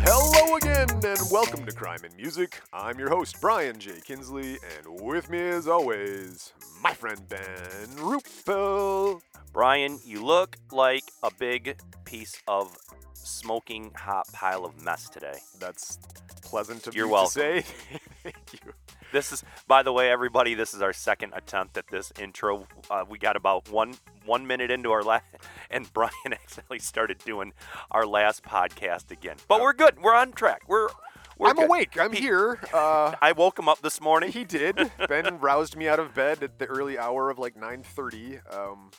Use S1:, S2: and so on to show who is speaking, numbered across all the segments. S1: Hello again, and welcome to Crime and Music. I'm your host, Brian J. Kinsley, and with me, as always, my friend Ben Ruppel.
S2: Brian, you look like a big piece of smoking hot pile of mess today.
S1: That's pleasant of
S2: You're
S1: you
S2: welcome.
S1: to say. Thank you.
S2: This is, by the way, everybody. This is our second attempt at this intro. Uh, we got about one one minute into our last, and Brian actually started doing our last podcast again. But we're good. We're on track. We're, we're
S1: I'm
S2: good.
S1: awake. I'm
S2: He-
S1: here. Uh,
S2: I woke him up this morning.
S1: he did. Ben roused me out of bed at the early hour of like 9:30. Um,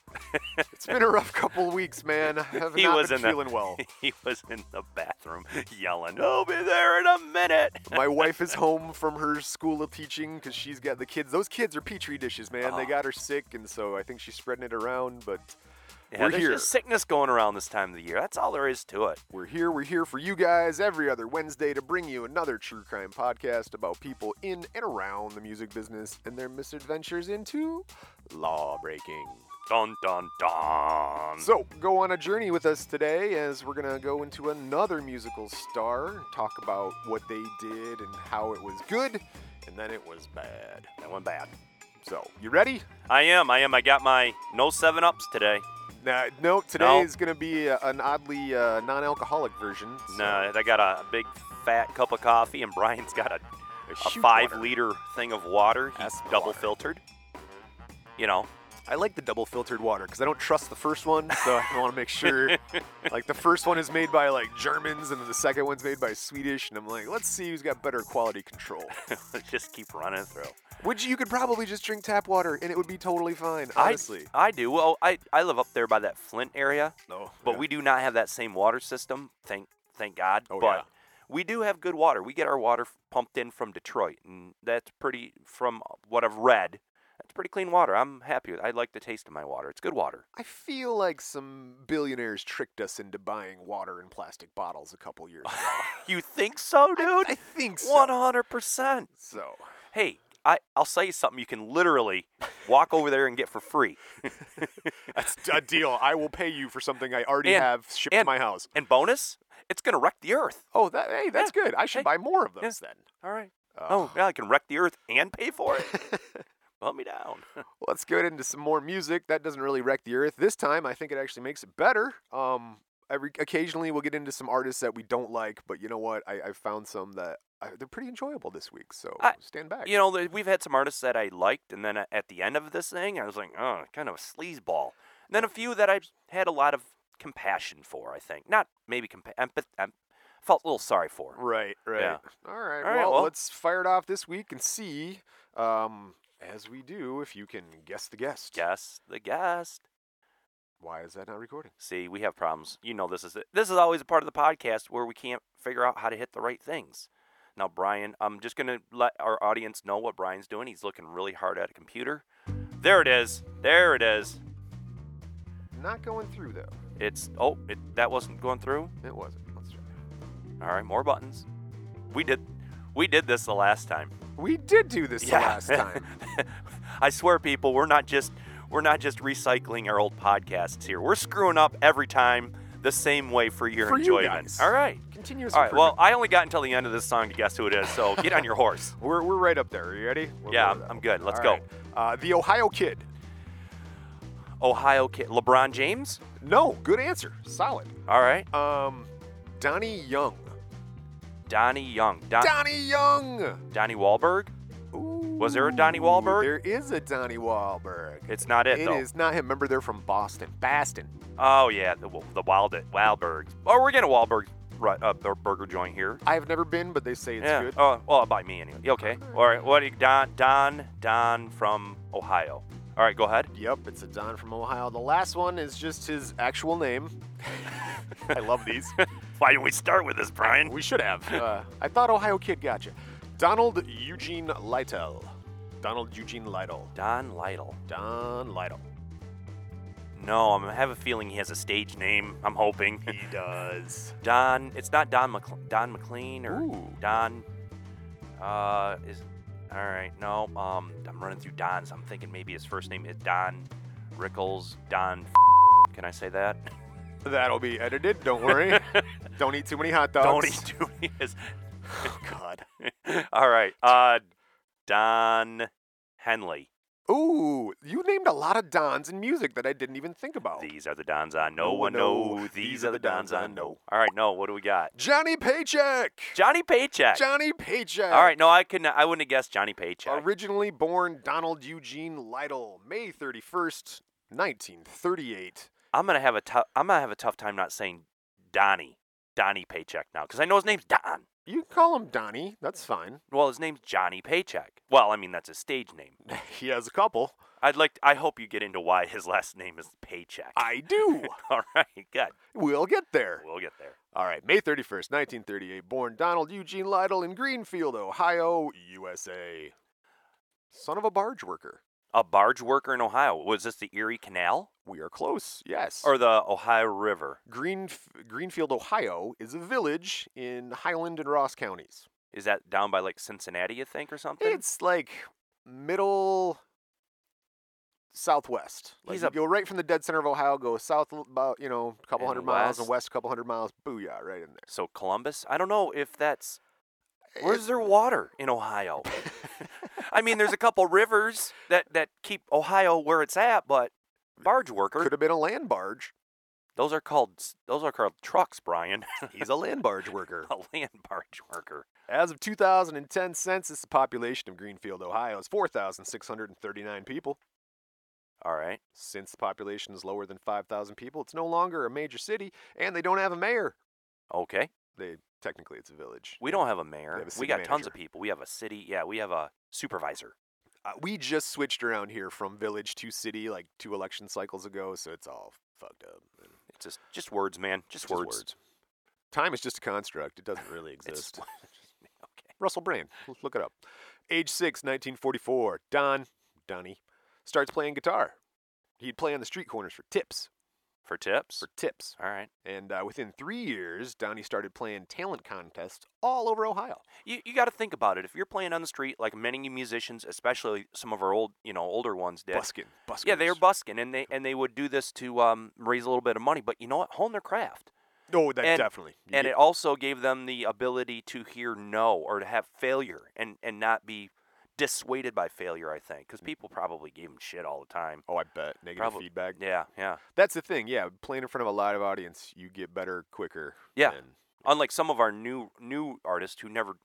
S1: it's been a rough couple weeks, man. I have
S2: He
S1: not
S2: was
S1: been
S2: in the-
S1: feeling well.
S2: he was in the bathroom yelling, "I'll be there in a minute."
S1: My wife is home from her school of teaching because she's got the kids. Those kids are petri dishes, man. They
S2: Oh.
S1: got her sick, and so I think she's spreading it around. But
S2: Yeah,
S1: We're
S2: there's
S1: here.
S2: just sickness going around this time of the year. That's all there is to it.
S1: we're here. We're here for you guys every other Wednesday to bring you another true crime podcast about people in and around the music business and their misadventures into law breaking.
S2: Dun dun dun.
S1: So go on a journey with us today as we're gonna go into another musical star, talk about what they did and how it was good, and then it was bad.
S2: that went bad.
S1: So you ready?
S2: I am. I am. I got my no seven ups today.
S1: Nah, no, today
S2: No.
S1: is going to be a, an oddly uh, non-alcoholic version. so
S2: No, I got a big fat cup of coffee, and Brian's got a, a
S1: shoot
S2: five
S1: water.
S2: liter thing of water. He's
S1: That's the
S2: double
S1: water.
S2: filtered. You know,
S1: I like the double filtered water because I don't trust the first one, so I want to make sure. like the first one is made by like Germans, and then the second one's made by Swedish, and I'm like, let's see who's got better quality control.
S2: just keep running through.
S1: Which you could probably just drink tap water, and it would be totally fine.
S2: I-
S1: Honestly,
S2: I, do. Well, I, I live up there by that Flint area,
S1: no,
S2: but
S1: yeah.
S2: we do not have that same water system. Thank thank God.
S1: Oh,
S2: but
S1: yeah.
S2: we do have good water. We get our water f- pumped in from Detroit, and that's pretty. From what I've read, that's pretty clean water. I'm happy. with I like the taste of my water. It's good water.
S1: I feel like some billionaires tricked us into buying water in plastic bottles a couple years ago.
S2: You think so, dude?
S1: I think so.
S2: One hundred percent.
S1: So
S2: Hey, I I'll sell you something you can literally walk over there and get for free.
S1: That's a deal. I will pay you for something I already
S2: And-
S1: have shipped to
S2: and-
S1: my house.
S2: And bonus, it's gonna wreck the earth.
S1: Oh, that, hey, that's good. I should
S2: Hey.
S1: buy more of
S2: Yeah.
S1: those then.
S2: All right.
S1: Uh,
S2: Oh, yeah, I can wreck the earth and pay for it. Bump me down.
S1: Let's get into some more music. That doesn't really wreck the earth. This time, I think it actually makes it better. Um, every occasionally we'll get into some artists that we don't like, but you know what? I, I found some that I, they're pretty enjoyable this week. So
S2: I-
S1: stand back.
S2: You know, th- we've had some artists that I liked, and then a- at the end of this thing, I was like, oh, kind of a sleazeball. And then a few that I had a lot of compassion for. I think not maybe compa- empath- em- felt a little sorry for.
S1: Right, right.
S2: Yeah.
S1: All right.
S2: All right,
S1: well,
S2: well.
S1: let's fire it off this week and see, um, as we do, if you can guess the guest.
S2: Guess the guest.
S1: Why is that not recording?
S2: See, we have problems. You know, this is this is always a part of the podcast where we can't figure out how to hit the right things. Now, Brian, I'm just gonna let our audience know what Brian's doing. He's looking really hard at a computer. There it is. There it is.
S1: Not going through though.
S2: It's oh, it, that wasn't going through.
S1: It wasn't. Let's try.
S2: All right, more buttons. We did, we did this the last time.
S1: We did do this the last time.
S2: I swear, people, we're not just we're not just recycling our old podcasts here. We're screwing up every time the same way for your
S1: For you
S2: enjoyment.
S1: guys.
S2: All right.
S1: Continuous.
S2: All right. Well,
S1: improvement.
S2: I only got until the end of this song to guess who it is. So get on your horse.
S1: we're, we're right up there. Are you ready? We're-
S2: Yeah,
S1: we're-
S2: I'm good. Let's
S1: all
S2: go.
S1: right. Uh, the Ohio Kid.
S2: Ohio kid, LeBron James.
S1: No, good answer. Solid.
S2: All right.
S1: Um, Donnie Young.
S2: Donnie Young. Don,
S1: Donnie Young.
S2: Donnie Wahlberg.
S1: Ooh,
S2: Was there a Donnie Wahlberg?
S1: There is a Donnie Wahlberg.
S2: It's not it,
S1: It
S2: though.
S1: is not him. Remember, they're from Boston. Boston.
S2: Oh yeah, the the Wild Wahlbergs. Oh, we're getting a Wahlberg right up their burger joint here.
S1: I have never been, but they say it's
S2: yeah.
S1: good.
S2: Oh, well, by me anyway. Okay. All right. What? do you- Don Don Don from Ohio. All right. Go ahead.
S1: Yep, it's a Don from Ohio. The last one is just his actual name. I love these.
S2: Why didn't we start with this, Brian?
S1: We should have. Uh, I thought Ohio Kid got you. Donald Eugene Lytle. Donald Eugene Lytle.
S2: Don Lytle.
S1: Don Lytle.
S2: No, I'm- I have a feeling he has a stage name. I'm hoping.
S1: He does.
S2: Don. It's not Don McLean. Don McLean or
S1: Ooh.
S2: Don. Uh, is all right. No. Um, I'm running through Don's. I'm thinking maybe his first name is Don Rickles. Don. Can I say that?
S1: That'll be edited. Don't worry. Don't eat too many hot dogs.
S2: Don't eat too many. is- God. All right. Uh, Don Henley.
S1: Ooh, you named a lot of Dons in music that I didn't even think about.
S2: These are the Dons I know. I know. These are the Dons I know. All right. No. What do we got?
S1: Johnny Paycheck.
S2: Johnny Paycheck.
S1: Johnny Paycheck.
S2: All right. No, I couldn't. I wouldn't have guessed Johnny Paycheck.
S1: Originally born Donald Eugene Lytle, May 31st, 1938.
S2: I'm gonna have a tough. I'm gonna have a tough time not saying Donnie. Donnie Paycheck now because I know his name's Don.
S1: You can call him Donnie. That's fine.
S2: Well, his name's Johnny Paycheck. Well, I mean that's his stage name.
S1: He has a couple.
S2: I'd like. I hope you get into why his last name is Paycheck.
S1: I do.
S2: All right. Good.
S1: we'll get there.
S2: We'll get there.
S1: All right, May 31st, 1938, born Donald Eugene Lytle in Greenfield, Ohio, USA. Son of a barge worker.
S2: A barge worker in Ohio. Was this the Erie Canal
S1: We are close, yes.
S2: or the Ohio River?
S1: Green, Greenfield, Ohio is a village in Highland and Ross counties.
S2: Is that down by like Cincinnati, you think, or something?
S1: It's like middle southwest. Like
S2: He's
S1: you
S2: a-
S1: go right from the dead center of Ohio, go south about, you know, a couple
S2: And
S1: hundred miles and
S2: west.
S1: west a couple hundred miles. Booyah, right in
S2: so Columbus. I don't know if that's.
S1: there.
S2: Where's there water in Ohio? I mean, there's a couple rivers that that keep Ohio where it's at, but barge worker.
S1: Could have been a land barge.
S2: Those are called s- those are called trucks, Brian.
S1: He's a land barge worker.
S2: a land barge worker.
S1: As of 2010 census, the population of Greenfield, Ohio is 4,639 people.
S2: All right.
S1: Since the population is lower than 5,000 people, it's no longer a major city, and they don't have a mayor.
S2: Okay.
S1: They technically it's a village.
S2: We don't have a mayor.
S1: have a
S2: we
S1: city
S2: got tons of
S1: manager.
S2: people. We have a city. Yeah, we have a supervisor.
S1: Uh, we just switched around here from village to city like two election cycles ago, so it's all fucked up.
S2: It's just just words, man. Just,
S1: Just
S2: words.
S1: Time is just a construct; it doesn't really
S2: It's
S1: exist.
S2: okay.
S1: Russell Brand, l- look it up. Age six, 1944. Don Donnie starts playing guitar. He'd play on the street corners for tips.
S2: For tips.
S1: for tips.
S2: All right.
S1: And uh, within three years, Donnie started playing talent contests all over Ohio.
S2: You you got to think about it. If you're playing on the street, like many musicians, especially some of our old you know older ones did.
S1: Busking, busking.
S2: Yeah, they were busking, and they and they would do this to um, raise a little bit of money. But you know what? Hone their craft,
S1: Oh, that
S2: and-
S1: definitely. You
S2: and
S1: get-
S2: it also gave them the ability to hear no or to have failure, and and not be dissuaded by failure. I think because people probably gave them shit all the time.
S1: oh, I bet negative
S2: Probab-
S1: feedback.
S2: Yeah, yeah,
S1: That's the thing. Yeah, playing in front of a live audience, you get better quicker.
S2: yeah.
S1: than-
S2: Unlike some of our new new artists who never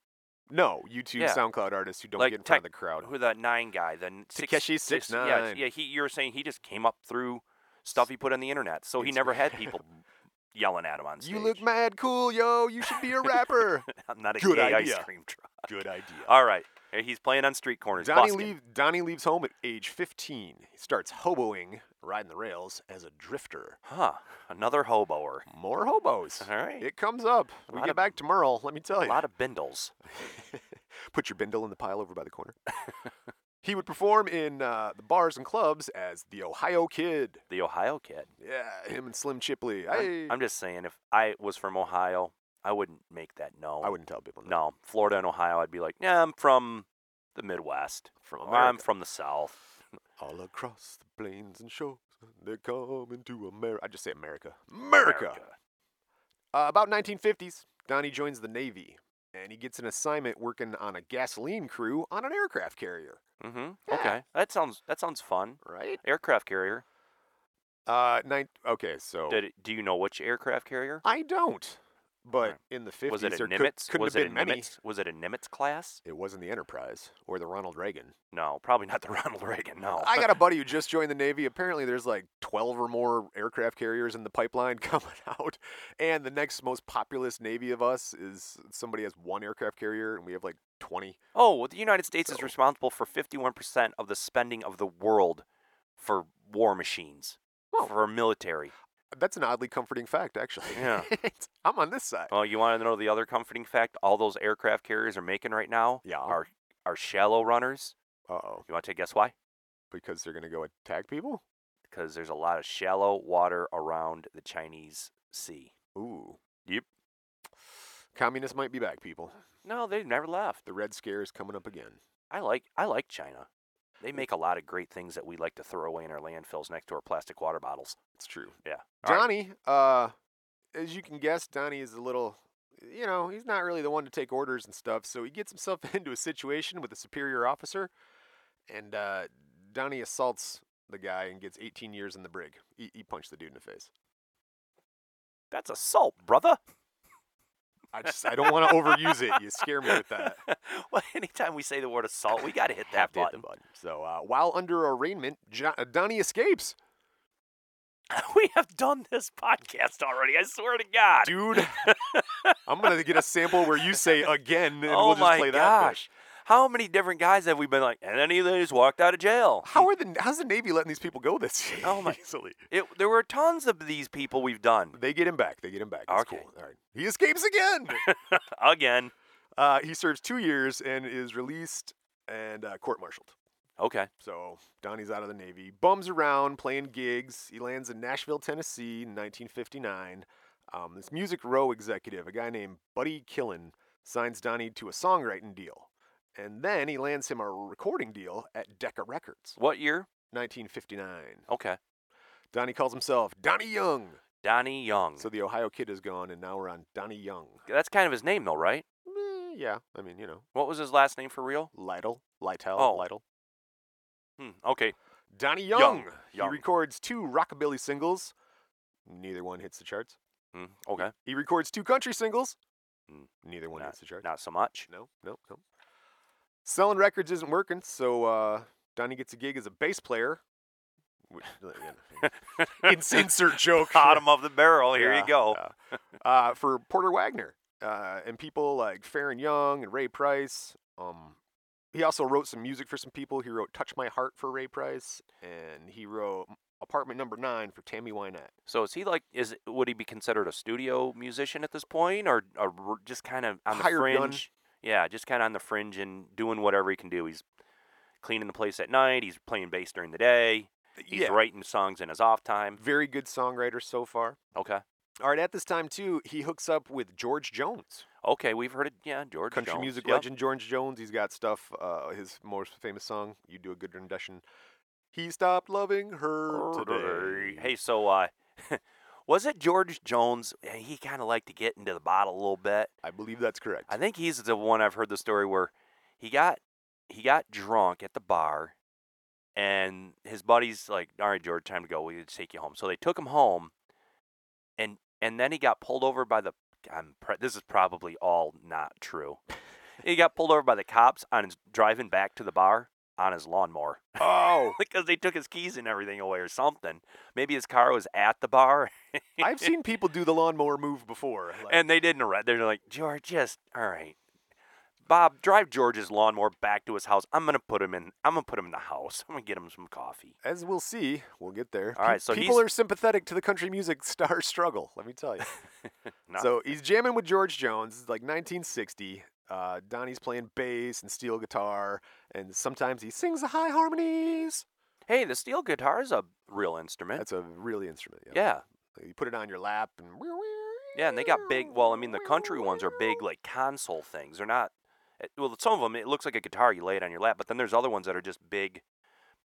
S1: no, YouTube,
S2: Yeah.
S1: SoundCloud artists who don't
S2: Like
S1: get in front
S2: tech-
S1: of the crowd.
S2: who the nine guy, the n- six,
S1: Takeshi
S2: six- Yeah,
S1: 6ix9ine.
S2: yeah. He you were saying he just came up through stuff he put on the internet, so he
S1: It's-
S2: never had people yelling at him on stage.
S1: You look mad cool, yo. You should be a rapper.
S2: I'm not a
S1: Good
S2: gay ice
S1: idea.
S2: cream truck.
S1: Good idea.
S2: All right. Hey, He's playing on street corners.
S1: Donnie,
S2: busking.
S1: leave, Donnie leaves home at age 15. He starts hoboing, riding the rails as a drifter.
S2: Huh. Another hoboer.
S1: More hobos.
S2: All right.
S1: It comes up. We
S2: lot
S1: get
S2: of-
S1: back to Merle, let me tell
S2: a
S1: you.
S2: lot of bindles.
S1: Put your bindle in the pile over by the corner. he would perform in uh, the bars and clubs as the Ohio Kid.
S2: The Ohio kid.
S1: Yeah, him and Slim Chipley.
S2: I'm-
S1: I,
S2: I'm, just saying, if I was from Ohio, I wouldn't make that known.
S1: I wouldn't tell people that.
S2: No, Florida and Ohio, I'd be like, yeah, I'm from the Midwest.
S1: From
S2: Or I'm
S1: America.
S2: from the South.
S1: All across the plains and shores, they're coming to America. I just say America. America! Uh, about 1950s, Donnie joins the Navy, and he gets an assignment working on a gasoline crew on an aircraft carrier.
S2: Mm-hmm.
S1: Yeah.
S2: Okay, that sounds that sounds fun.
S1: Right?
S2: Aircraft carrier.
S1: Uh, nine, okay, so...
S2: Did it- do you know which aircraft carrier?
S1: I don't. But
S2: Alright.
S1: in the 50s,
S2: was it a
S1: there could,
S2: Nimitz?
S1: couldn't
S2: was
S1: have
S2: it
S1: been
S2: a
S1: many.
S2: Nimitz? Was it a Nimitz class?
S1: It wasn't the Enterprise or the Ronald Reagan.
S2: No, probably not the Ronald Reagan. No.
S1: I got a buddy who just joined the Navy. Apparently, there's like 12 or more aircraft carriers in the pipeline coming out. And the next most populous Navy of us is somebody has one aircraft carrier, and we have like 20.
S2: Oh, well, the United States is
S1: So-
S2: responsible for 51% of the spending of the world for war machines,
S1: Whoa.
S2: for military.
S1: That's an oddly comforting fact, actually.
S2: Yeah.
S1: I'm on this side.
S2: Oh, you want to know the other comforting fact all those aircraft carriers are making right now
S1: Yeah.
S2: are, are shallow runners?
S1: Uh oh.
S2: You want to take a guess why?
S1: Because they're going to go attack people?
S2: Because there's a lot of shallow water around the Chinese Sea.
S1: Ooh.
S2: Yep.
S1: Communists might be back, people.
S2: No, they've never left.
S1: The Red Scare is coming up again.
S2: I like I like China. They make a lot of great things that we like to throw away in our landfills next to our plastic water bottles.
S1: It's true.
S2: Yeah. All right.
S1: Johnny, uh, as you can guess, Donnie is a little, you know, he's not really the one to take orders and stuff. So he gets himself into a situation with a superior officer, and uh, Donnie assaults the guy and gets 18 years in the brig. He, he punched the dude in the face.
S2: That's assault, brother.
S1: I just, I don't want to overuse it. You scare me with that.
S2: well, anytime we say the word assault, we got to hit
S1: Have
S2: that
S1: to hit the
S2: button.
S1: So uh, while under arraignment, Jo- uh, Donnie escapes.
S2: we have done this podcast already. I swear to God.
S1: Dude, I'm gonna get a sample where you say again, and
S2: oh
S1: we'll just
S2: my
S1: play that. bit.
S2: gosh. How many different guys have we been like, and any of these walked out of jail?
S1: How are the how's the Navy letting these people go this
S2: Oh my-
S1: easily?
S2: It, there were tons of these people we've done
S1: They get him back. They get him back. It's
S2: Okay.
S1: cool. All right. He escapes again.
S2: again.
S1: uh, he serves two years and is released and uh, court-martialed.
S2: Okay.
S1: So Donnie's out of the Navy, bums around playing gigs. He lands in Nashville, Tennessee in 1959. Um, this music row executive, a guy named Buddy Killen, signs Donnie to a songwriting deal. And then he lands him a recording deal at Decca Records,
S2: What year?
S1: 1959.
S2: Okay.
S1: Donnie calls himself Donnie Young.
S2: Donnie Young.
S1: So the Ohio kid is gone, and now we're on Donnie Young.
S2: That's kind of his name, though, right?
S1: Eh, yeah, I mean, you know,
S2: What was his last name for real?
S1: Lytle, Lytle,
S2: Oh.
S1: Lytle.
S2: Hmm. Okay.
S1: Donnie Young.
S2: Young,
S1: He
S2: Young.
S1: records two rockabilly singles. Neither one hits the charts.
S2: Hmm. Okay.
S1: He records two country singles.
S2: Mm,
S1: Neither one hits the charts.
S2: Not so much.
S1: No, no, no. Selling records isn't working, so uh, Donnie gets a gig as a bass player. Which, Ins- insert joke.
S2: Bottom of the barrel. Here
S1: Yeah,
S2: you go.
S1: yeah. Uh, for Porter Wagner uh, and people like Farron Young and Ray Price. Um, he also wrote some music for some people. He wrote "Touch My Heart" for Ray Price, and he wrote "Apartment Number Nine" for Tammy Wynette.
S2: So is he like? Is would he be considered a studio musician at this point, or, or r- just kind of on the
S1: Hired
S2: fringe?
S1: gun.
S2: Yeah, just kind of on the fringe and doing whatever he can do. He's cleaning the place at night. He's playing bass during the day. He's writing songs in his off time.
S1: very good songwriter so far.
S2: Okay.
S1: All right, at this time too, he hooks up with George Jones,
S2: Okay, we've heard it. Yeah, George.
S1: country
S2: Jones,
S1: music
S2: yep.
S1: legend George Jones. He's got stuff. Uh, his most famous song, "You Do a Good Rendition." He stopped loving her today.
S2: Hey, so uh, was it George Jones? Yeah, He kind of liked to get into the bottle a little bit.
S1: I believe that's correct.
S2: I think he's the one I've heard the story where he got he got drunk at the bar, and his buddies like, "All right, George, time to go. We need to take you home." So they took him home, and and then he got pulled over by the. I'm pre- this is probably all not true. he got pulled over by the cops on his driving back to the bar on his lawnmower
S1: oh,
S2: because they took his keys and everything away or something. Maybe his car was at the bar
S1: I've seen people do the lawnmower move before. like-
S2: and they didn't arrest. They're like, George, just all right. Bob, drive George's lawnmower back to his house. I'm gonna put him in. I'm gonna put him in the house. I'm gonna get him some coffee.
S1: as we'll see, we'll get there.
S2: All right, so
S1: people
S2: he's-
S1: are sympathetic to the country music star struggle. Let me tell you.
S2: No.
S1: So he's jamming with George Jones. It's like 1960. Uh, Donnie's playing bass and steel guitar, and sometimes he sings the high harmonies.
S2: Hey, the steel guitar is a real instrument.
S1: That's a really instrument. Yeah.
S2: yeah,
S1: You put it on your lap and.
S2: yeah, and they got big. Well, I mean, the country ones are big, like console things. They're not. eh, Well, some of them it looks like a guitar. You lay it on your lap, but then there's other ones that are just big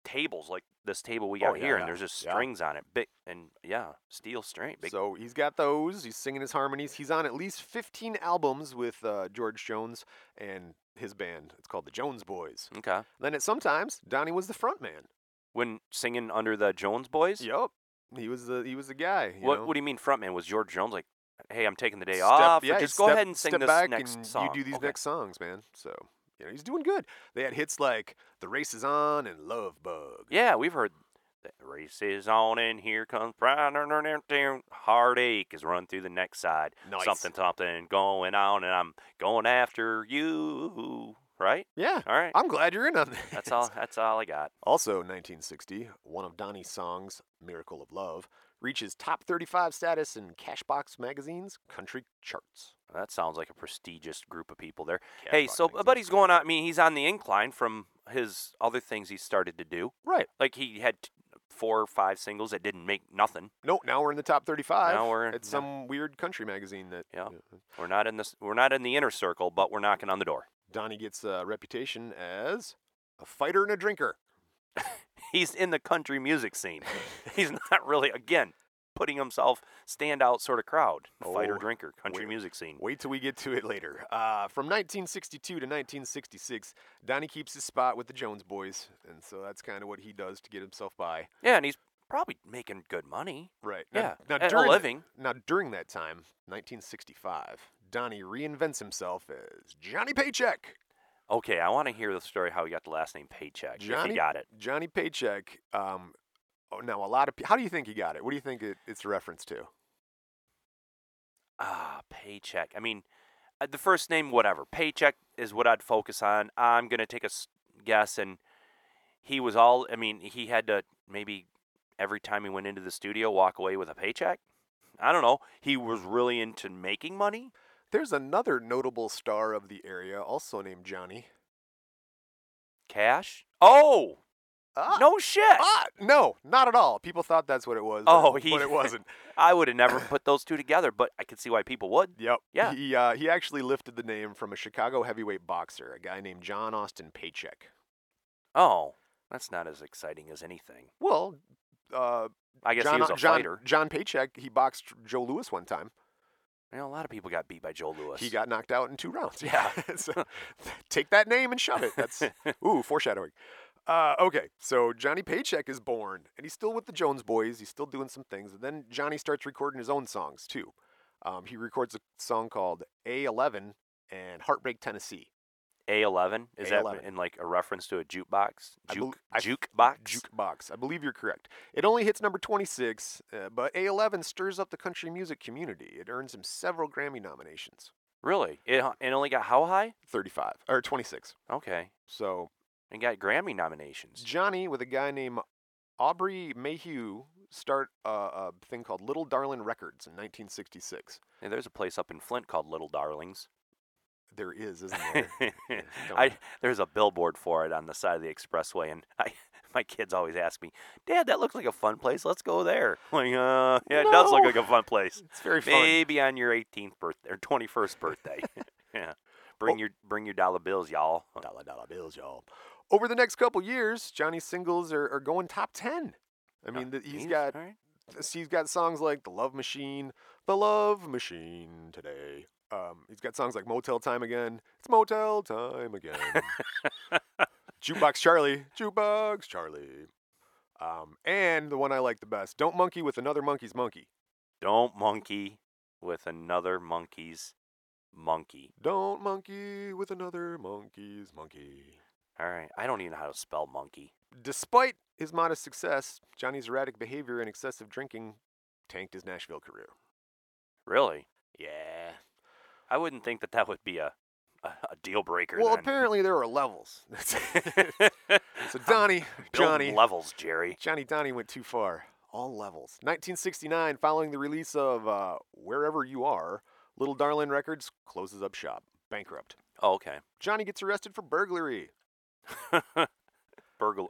S2: tables, like this table we got
S1: Oh, yeah,
S2: here,
S1: yeah,
S2: and there's just
S1: yeah.
S2: strings on it. Big and yeah, steel string. Big.
S1: So he's got those. He's singing his harmonies. He's on at least 15 albums with uh, George Jones and his band. It's called the Jones Boys.
S2: okay.
S1: Then at sometimes Donnie was the front man.
S2: When singing under the Jones Boys.
S1: Yep. He was the he was the guy. you
S2: What,
S1: know?
S2: what do you mean frontman? Was George Jones like, hey, I'm taking the day
S1: Step-
S2: off? or
S1: yeah,
S2: just
S1: step-
S2: go ahead and sing
S1: step
S2: this
S1: back
S2: next
S1: and
S2: song.
S1: You do these
S2: Okay.
S1: next songs, man. So you know he's doing good. They had hits like "The Race Is On" and "Love Bug."
S2: Yeah, we've heard that race is on and here comes heartache is run through the next side.
S1: Nice.
S2: Something, something going on, and I'm going after you. Right?
S1: Yeah,
S2: All right.
S1: I'm glad you're in on this.
S2: That's all. That's all I got.
S1: Also, 1960, one of Donnie's songs, "Miracle of Love," reaches top 35 status in Cashbox magazine's country charts.
S2: That sounds like a prestigious group of people there.
S1: Cashbox
S2: hey, so a
S1: magazine's
S2: buddy's going
S1: country-
S2: on. I mean, he's on the incline from his other things he started to do.
S1: Right.
S2: Like he had t- four or five singles that didn't make nothing.
S1: No, now we're in the top 35.
S2: Now we're-
S1: at
S2: yeah.
S1: some weird country magazine that.
S2: Yeah. We're not in this. We're not in the inner circle, but we're knocking on the door.
S1: Donnie gets a reputation as a fighter and a drinker.
S2: he's in the country music scene. he's not really again putting himself standout sort of crowd, fighter
S1: Oh,
S2: drinker, country
S1: wait.
S2: music scene.
S1: Wait till we get to it later. Uh, from 1962 to 1966, Donnie keeps his spot with the Jones Boys, and so that's kind of what he does to get himself by.
S2: Yeah, and he's probably making good money.
S1: Right.
S2: Yeah,
S1: Now,
S2: at a
S1: during
S2: living.
S1: now during that time, 1965, Donnie reinvents himself as Johnny Paycheck.
S2: Okay, I want to hear the story how he got the last name Paycheck. if
S1: Johnny-
S2: he got it.
S1: Johnny Paycheck. Um, oh, now a lot of. pe- How do you think he got it? What do you think it, it's a reference to?
S2: Ah, Paycheck. I mean, uh, the first name, whatever. Paycheck is what I'd focus on. I'm gonna take a s- guess, and he was all. I mean, he had to maybe every time he went into the studio walk away with a paycheck. I don't know. He was really into making money.
S1: There's another notable star of the area, also named Johnny.
S2: Cash? Oh,
S1: Ah,
S2: no shit.
S1: ah, no, not at all. People thought that's what it was. but-
S2: Oh, he-
S1: but it wasn't.
S2: I would have never put those two together, but I could see why people would.
S1: Yep.
S2: Yeah.
S1: He uh, he actually lifted the name from a Chicago heavyweight boxer, a guy named John Austin Paycheck.
S2: Oh, that's not as exciting as anything.
S1: Well, uh,
S2: I guess
S1: John
S2: he was a
S1: John,
S2: fighter.
S1: John Paycheck. He boxed Joe Lewis one time.
S2: You know, a lot of people got beat by Joe Lewis.
S1: He got knocked out in two rounds.
S2: Yeah.
S1: so, take that name and shove it. That's ooh foreshadowing. Uh, okay, so Johnny Paycheck is born, and he's still with the Jones Boys. He's still doing some things, and then Johnny starts recording his own songs too. Um, he records a song called A11 and Heartbreak Tennessee.
S2: A11 is
S1: A11.
S2: that in like a reference to a jukebox?
S1: I bel-
S2: Juke
S1: I-
S2: jukebox.
S1: Jukebox. I believe you're correct. It only hits number 26, uh, but A11 stirs up the country music community. It earns him several Grammy nominations.
S2: Really? It uh, it only got how high?
S1: 35 or 26.
S2: Okay.
S1: So
S2: And got Grammy nominations.
S1: Johnny with a guy named Aubrey Mayhew start a, a thing called Little Darlin Records in 1966.
S2: Yeah, there's a place up in Flint called Little Darlings.
S1: There is, isn't there? Yeah, don't-
S2: I there's a billboard for it on the side of the expressway, and I my kids always ask me, "Dad, that looks like a fun place. Let's go there." Like, uh, yeah, it does look
S1: No.
S2: like a fun place.
S1: it's very fun.
S2: Maybe on your 18th birthday or 21st birthday. yeah. Bring
S1: Oh.
S2: your bring your dollar bills, y'all.
S1: Dollar dollar bills, y'all. Over the next couple years, Johnny's singles are, are going top 10. I mean, the, he's got
S2: all right.
S1: s- he's got songs like The Love Machine, The Love Machine today. Um, he's got songs like Motel Time Again, It's Motel Time Again. Jukebox Charlie, Jukebox Charlie. Um, and the one I like the best, Don't Monkey with Another Monkey's Monkey.
S2: Don't monkey with another monkey's monkey.
S1: Don't Monkey with Another Monkey's Monkey.
S2: All right. I don't even know how to spell monkey.
S1: Despite his modest success, Johnny's erratic behavior and excessive drinking tanked his Nashville career.
S2: Really?
S1: Yeah.
S2: I wouldn't think that that would be a a, a deal breaker.
S1: Well,
S2: then.
S1: apparently there are levels. so
S2: I'm
S1: Donnie,
S2: building
S1: Johnny,
S2: levels, Jerry.
S1: Johnny Donnie went too far. All levels. 1969, following the release of uh, Wherever You Are, Little Darlin Records closes up shop, bankrupt.
S2: Oh, okay.
S1: Johnny gets arrested for burglary.
S2: Burglar.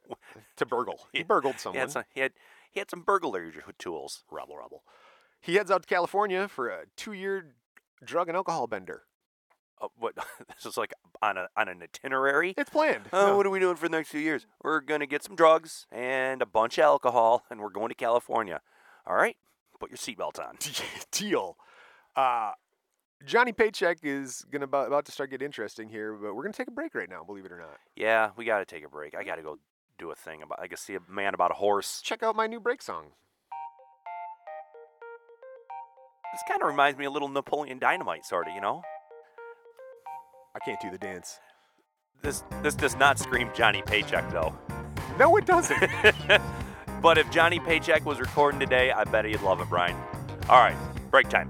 S1: To burgle. He
S2: Yeah.
S1: burgled
S2: He
S1: someone.
S2: had some. He had he had some burglary t- tools.
S1: Rubble, rubble. He heads out to California for a two year drug and alcohol bender.
S2: Oh, what? this is like on a on an itinerary.
S1: It's planned.
S2: Uh,
S1: No.
S2: What are we doing for the next few years? We're going to get some drugs and a bunch of alcohol, and we're going to California. All right, put your seatbelt on.
S1: deal. Uh, Johnny Paycheck is gonna about, about to start getting interesting here, but we're gonna take a break right now. Believe it or not.
S2: Yeah, we got to take a break. I got to go do a thing about, I can see a man about a horse.
S1: Check out my new break song.
S2: This kind of reminds me a little Napoleon Dynamite, sort of, you know?
S1: I can't do the dance.
S2: This, this does not scream Johnny Paycheck, though.
S1: No, it doesn't.
S2: But if Johnny Paycheck was recording today, I bet he'd love it, Brian. All right, break time.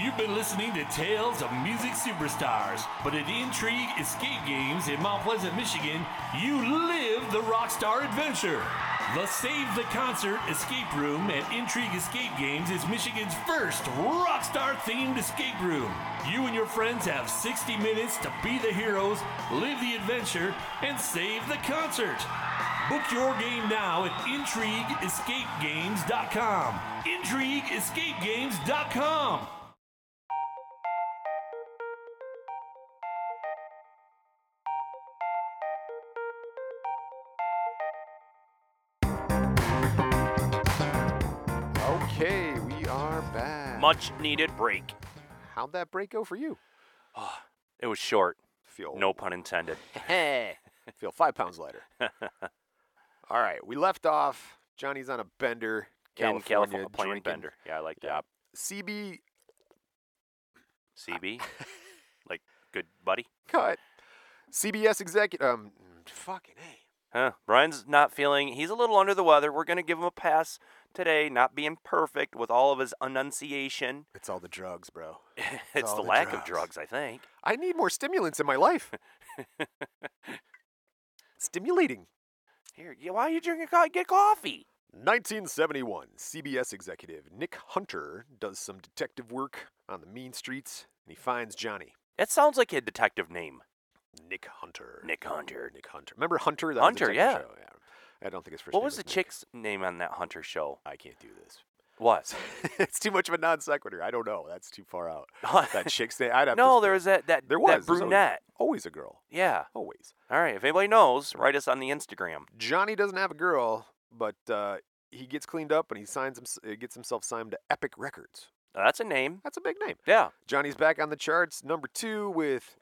S3: You've been listening to Tales of Music Superstars, but at Intrigue Escape Games in Mount Pleasant, Michigan, you live the rockstar adventure. The Save the Concert Escape Room at Intrigue Escape Games is Michigan's first rockstar themed escape room. You and your friends have 60 minutes to be the heroes, live the adventure, and save the concert. Book your game now at IntrigueEscapeGames.com. IntrigueEscapeGames.com.
S1: Okay, we are back.
S2: Much needed break.
S1: How'd that break go for you?
S2: It was short.
S1: Feel
S2: No pun intended.
S1: feel five pounds lighter. All right, we left off. Johnny's on a bender, California,
S2: In California, playing
S1: drinking.
S2: Bender. Yeah, I like
S1: Yeah.
S2: that.
S1: CB
S2: CB, like good buddy.
S1: cut. CBS executive. Um, fucking a.
S2: Huh. Brian's not feeling. He's a little under the weather. We're gonna give him a pass today, not being perfect with all of his enunciation.
S1: It's all the drugs, bro.
S2: it's
S1: all
S2: the,
S1: the
S2: lack of
S1: drugs.
S2: drugs, I think.
S1: I need more stimulants in my life. Stimulating.
S2: Here, yeah, why are you drinking coffee? Get coffee.
S1: 1971, CBS executive Nick Hunter does some detective work on the mean streets, and he finds Johnny.
S2: That sounds like a detective name.
S1: Nick Hunter.
S2: Nick Hunter.
S1: Nick Hunter. Remember Hunter? That
S2: Hunter,
S1: was a
S2: yeah.
S1: detective Show. yeah. I don't think it's first.
S2: What
S1: name
S2: was the
S1: Nick.
S2: chick's name on that Hunter show?
S1: I can't do this.
S2: What?
S1: it's too much of a non sequitur. I don't know. That's too far out. That chick's name. I'd have
S2: no,
S1: to
S2: there was that that
S1: There
S2: that
S1: was. There's always-
S2: brunette.
S1: always a girl.
S2: Yeah.
S1: Always.
S2: All right. If anybody knows, write us on the Instagram.
S1: Johnny doesn't have a girl, but uh, he gets cleaned up and he signs him, uh, gets himself signed to Epic Records.
S2: That's a name.
S1: That's a big name.
S2: Yeah.
S1: Johnny's back on the charts, number two with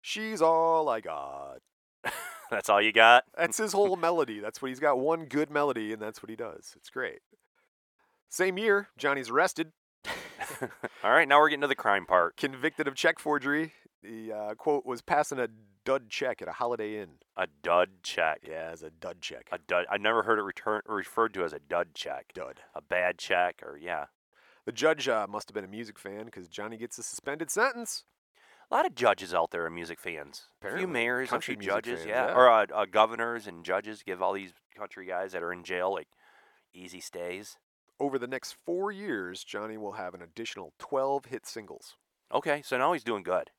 S1: "She's All I Got."
S2: That's all you got.
S1: That's his whole melody. That's what he's got. One good melody, and that's what he does. It's great. Same year, Johnny's arrested,
S2: All right. Now we're getting to the crime part.
S1: convicted of check forgery. The uh, quote was passing a dud check at a Holiday Inn.
S2: A dud check.
S1: Yeah, it's a dud check.
S2: A dud. I never heard it return, referred to as a dud check.
S1: dud.
S2: A bad check, or yeah.
S1: The judge uh, must have been a music fan because Johnny gets a suspended sentence.
S2: A lot of judges out there are music fans. a
S1: Apparently.
S2: few mayors,
S1: Country
S2: a few
S1: music
S2: judges,
S1: fans,
S2: yeah.
S1: yeah.
S2: or uh, uh, governors and judges give all these country guys that are in jail like easy stays.
S1: Over the next four years, Johnny will have an additional 12 hit singles.
S2: Okay, so now he's doing good.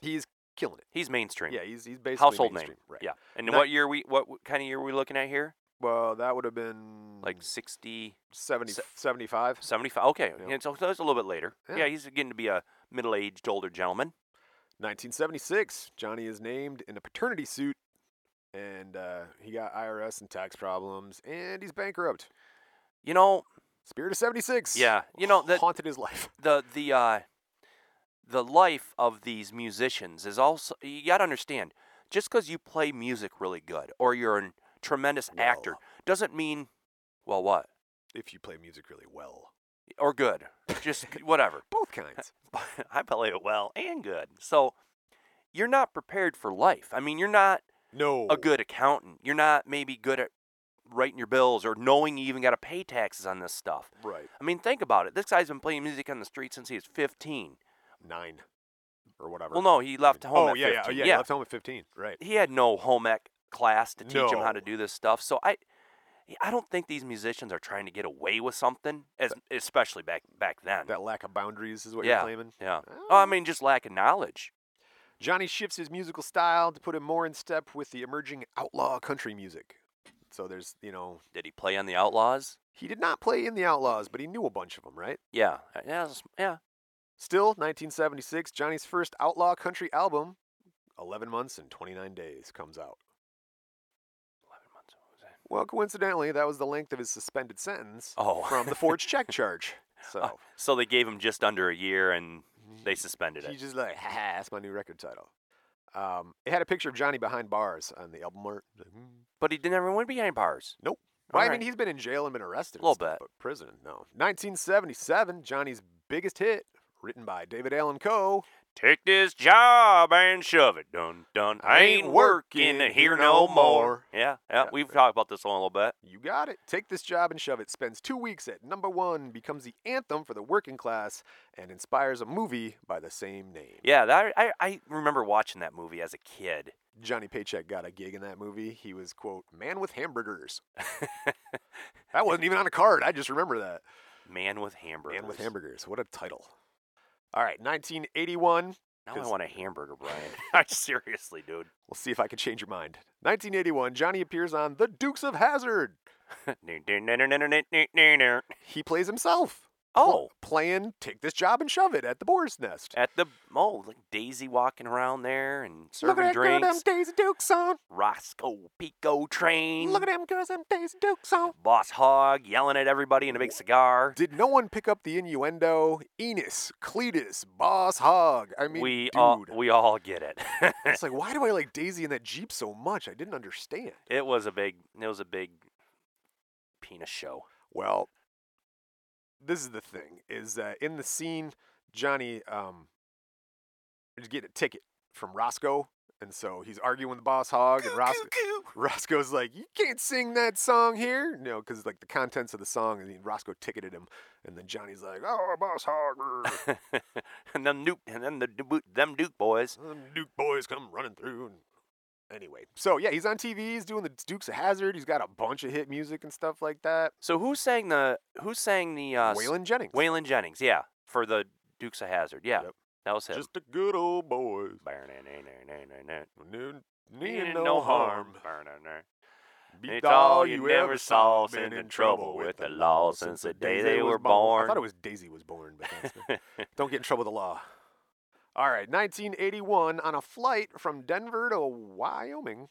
S1: He's killing it.
S2: He's mainstream.
S1: Yeah, he's, he's basically
S2: household name.
S1: mainstream, Right.
S2: Yeah. And
S1: Not-
S2: what year we? What w- kind of year are we looking at here?
S1: Well, that would have been
S2: Like 60,
S1: 70,
S2: se-
S1: 75.
S2: 75. Okay,
S1: Yeah.
S2: and so so that's a little bit later.
S1: Yeah.
S2: Yeah, he's getting to be a middle-aged older gentleman.
S1: 1976, Johnny is named in a paternity suit, and uh, he got IRS and tax problems, and he's bankrupt.
S2: You know,
S1: Spirit of 76.
S2: Yeah, you know, that-
S1: haunted his life.
S2: the the uh, the life of these musicians is also you got to understand. Just because you play music really good or you're a tremendous actor
S1: Well.
S2: doesn't mean well what
S1: If you play music really well,
S2: or good. Just whatever.
S1: both kinds.
S2: I play it well and good. So you're not prepared for life. I mean, you're not
S1: No,
S2: a good accountant. You're not maybe good at writing your bills or knowing you even got to pay taxes on this stuff.
S1: right
S2: I mean, think about it. This guy's been playing music on the street since he was 15.
S1: nine or whatever.
S2: Well, no, he left home
S1: Oh
S2: at
S1: yeah, yeah,
S2: 15.
S1: yeah, Left home at 15. Right.
S2: He had no home ec class to teach him
S1: No.
S2: how to do this stuff. So I I don't think these musicians are trying to get away with something, as, especially back back then.
S1: That lack of boundaries is what
S2: yeah.
S1: you're claiming.
S2: Yeah.
S1: Oh.
S2: Oh, I mean, just lack of knowledge.
S1: Johnny shifts his musical style to put him more in step with the emerging outlaw country music. So there's, you know,
S2: Did he play on the Outlaws?
S1: he did not play in the Outlaws, but he knew a bunch of them, right?
S2: Yeah. Uh, Yeah. that's- yeah.
S1: Still, 1976, Johnny's first outlaw country album, 11 months and 29 days, comes out.
S2: 11 months. What was that?
S1: Well, coincidentally, that was the length of his suspended sentence
S2: Oh.
S1: from the forged check charge. So
S2: Uh, so they gave him just under a year and they suspended
S1: he's
S2: it.
S1: just like, ha ha, that's my new record title. Um, it had a picture of Johnny behind bars on the album art. Like, "Hmm."
S2: But he didn't ever win behind bars.
S1: Nope. Well, I
S2: Alright.
S1: mean, he's been in jail and been arrested. and
S2: Little
S1: stuff,
S2: bit.
S1: But prison, no. 1977, Johnny's biggest hit, written by David Allen Coe.
S2: Take this job and shove it. Dun dun. I ain't working here no more. Yeah, yeah.
S1: Yeah,
S2: we've
S1: fair.
S2: talked about this one a little bit.
S1: You got it. Take this job and shove it. Spends two weeks at number one, becomes the anthem for the working class, and inspires a movie by the same name.
S2: Yeah, that I, I remember watching that movie as a kid.
S1: Johnny Paycheck got a gig in that movie. He was, quote, man with hamburgers. that wasn't even on a card. I just remember that.
S2: Man with hamburgers.
S1: Man with hamburgers. What a title. All right, 1981.
S2: Now I
S1: 'Cause-
S2: want a hamburger, Brian. I seriously, dude.
S1: We'll see if I can change your mind. 1981, Johnny appears on The Dukes of Hazard. He plays himself.
S2: oh,
S1: Playing Take This Job and Shove It at the Boar's Nest.
S2: at the oh, like Daisy walking around there and
S1: Look
S2: serving
S1: at that girl, them
S2: drinks.
S1: Daisy Dukes on.
S2: Roscoe Pico train.
S1: Look at them girls, them Daisy Dukes on.
S2: Boss Hog yelling at everybody in a big cigar.
S1: Did no one pick up the innuendo? Enos, Cletus, Boss Hog. I mean,
S2: we
S1: dude.
S2: all we all get it.
S1: it's like, why do I like Daisy and that Jeep so much? I didn't understand.
S2: it was a big it was a big penis show.
S1: Well, this is the thing: is that in the scene, Johnny um, is getting a ticket from Roscoe, and so he's arguing with the boss hog, and Ros- Roscoe's like, "You can't sing that song here," no, because like the contents of the song, and he- Roscoe ticketed him, and then Johnny's like, "Oh, boss hog, er,
S2: and them Duke and then the Du- them Duke boys.
S1: them Duke boys come running through." And anyway, so yeah, he's on TV. He's doing the Dukes of Hazard. He's got a bunch of hit music and stuff like that.
S2: So who sang the who sang the uh, s-
S1: Waylon Jennings,
S2: Waylon Jennings? Yeah, for the Dukes of Hazard. Yeah,
S1: Yep.
S2: that was him.
S1: just the good old boys. Need, need no harm.
S2: It's all you ever saw. Been in trouble with the law since the day they were
S1: I thought
S2: born.
S1: it was Daisy was born, but that's not- don't get in trouble with the law. All right, 1981, on a flight from Denver to Wyoming.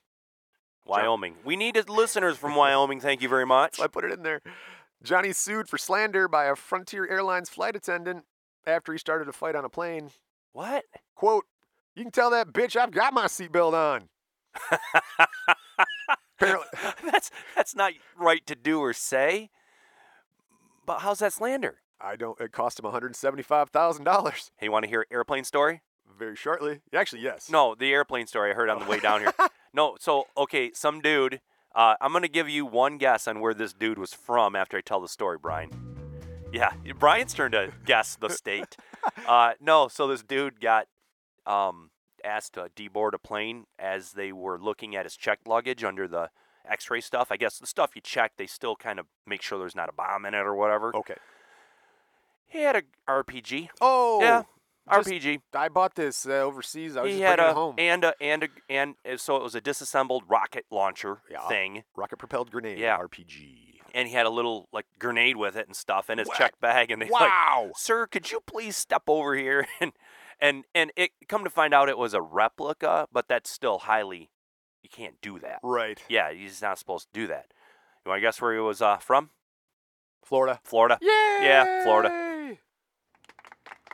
S2: Wyoming. We needed listeners from Wyoming. Thank you very much.
S1: So I put it in there. Johnny sued for slander by a Frontier Airlines flight attendant after he started a fight on a plane.
S2: What?
S1: Quote, you can tell that bitch I've got my seatbelt on. Apparently,
S2: that's that's not right to do or say. But how's that slander?
S1: I don't, it cost him $175,000
S2: Hey, want to hear an airplane story?
S1: very shortly. Actually, yes.
S2: No, the airplane story I heard on the way down here. No, so okay, some dude. Uh, I'm gonna give you one guess on where this dude was from after I tell the story, Brian. Yeah, Brian's turn to guess the state. Uh, no, so this dude got um, asked to deboard a plane as they were looking at his checked luggage under the X-ray stuff. I guess the stuff you check, they still kind of make sure there's not a bomb in it or whatever.
S1: Okay.
S2: He had a RPG.
S1: Oh,
S2: yeah,
S1: just-
S2: RPG.
S1: I bought this uh, overseas. I was
S2: he
S1: just
S2: had
S1: bringing
S2: a
S1: it home.
S2: and a and a and uh, so it was a disassembled rocket launcher
S1: Yeah.
S2: thing,
S1: Rocket propelled grenade.
S2: Yeah.
S1: RPG.
S2: and he had a little like grenade with it and stuff in his
S1: What?
S2: check bag, and they like,
S1: Wow.
S2: sir, could you please step over here and and and it come to find out it was a replica, but that's still highly you can't do that.
S1: right.
S2: Yeah, he's not supposed to do that. You want to guess where he was uh, from?
S1: Florida.
S2: Florida.
S1: Yay!
S2: Yeah, Florida.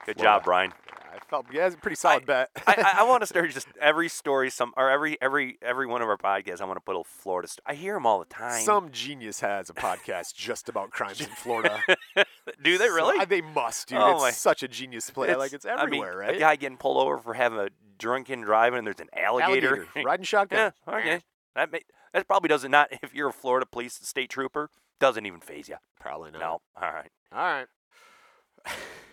S2: Good job,
S1: Florida.
S2: Brian.
S1: I felt yeah, that's a pretty solid bet.
S2: I, I, I want to start just every story, some or every every every one of our podcasts. I want to put a Florida. St- I hear them all the time.
S1: Some genius has a podcast just about crimes in Florida.
S2: do they
S1: So-
S2: really?
S1: I- they must, dude.
S2: Oh
S1: it's
S2: my-
S1: such a genius play. Like it's
S2: I mean,
S1: everywhere,
S2: A
S1: right?
S2: guy getting pulled over for having a drunken driving, and there's an alligator.
S1: Alligator, riding shotgun.
S2: yeah, okay. That may, that probably doesn't not if you're a Florida police state trooper doesn't even phase you.
S1: Probably
S2: No.
S1: not.
S2: All right.
S1: All right.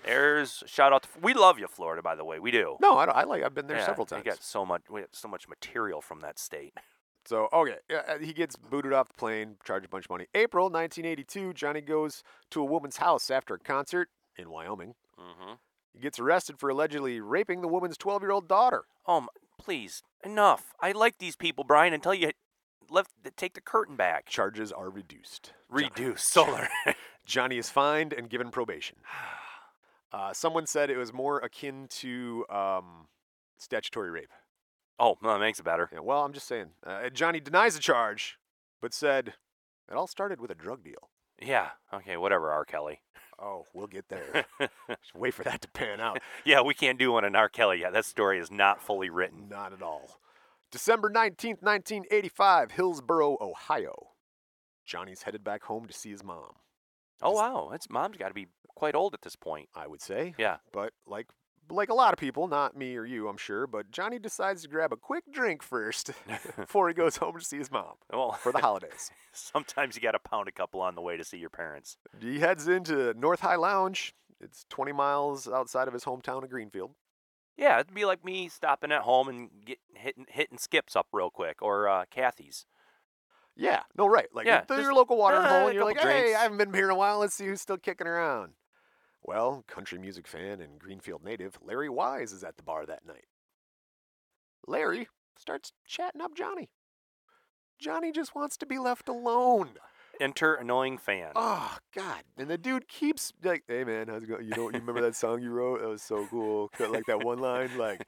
S2: There's shout out. To, we love you, Florida. By the way, we do.
S1: No, I don't. I like. I've been there
S2: Yeah,
S1: several times.
S2: We got so much. We have so much material from that state.
S1: So okay, yeah, uh, he gets booted off the plane, charged a bunch of money. April 1982, Johnny goes to a woman's house after a concert in Wyoming.
S2: Mm-hmm.
S1: He gets arrested for allegedly raping the woman's 12-year-old daughter.
S2: Oh, my, please, enough. I like these people, Brian. Until you left, take the curtain back.
S1: Charges are reduced. John-
S2: Reduce solar.
S1: Johnny is fined and given probation. Uh, someone said it was more akin to um, statutory rape.
S2: oh, well, that makes it better.
S1: Yeah, well, I'm just saying. Uh, Johnny denies the charge, but said it all started with a drug deal.
S2: Yeah. Okay. Whatever, R. Kelly.
S1: Oh, we'll get there. Just wait for that to pan out.
S2: Yeah, we can't do one on R. Kelly yet. That story is not fully written.
S1: Not at all. December 19th, 1985, Hillsboro, Ohio. Johnny's headed back home to see his mom,
S2: Oh wow, that's mom's got to be quite old at this point.
S1: I would say.
S2: Yeah.
S1: But like like a lot of people, not me or you, I'm sure, but Johnny decides to grab a quick drink first before he goes home to see his mom
S2: Well,
S1: for the holidays.
S2: sometimes you got to pound a couple on the way to see your parents.
S1: he heads into North High Lounge. It's 20 miles outside of his hometown of Greenfield.
S2: Yeah, it'd be like me stopping at home and get hitting hitting skips up real quick or uh, Kathy's.
S1: Yeah, no, right. Like,
S2: Yeah,
S1: through
S2: just,
S1: your local water
S2: uh,
S1: hole,
S2: a
S1: and you're like,
S2: couple
S1: hey,
S2: drinks."
S1: I haven't been here in a while. Let's see who's still kicking around. Well, country music fan and Greenfield native Larry Wise is at the bar that night. Larry starts chatting up Johnny. Johnny just wants to be left alone.
S2: Enter annoying fan.
S1: Oh God! And the dude keeps like, "Hey man, how's it going? You know, you remember that song you wrote? That was so cool. Got, Like that one line, like,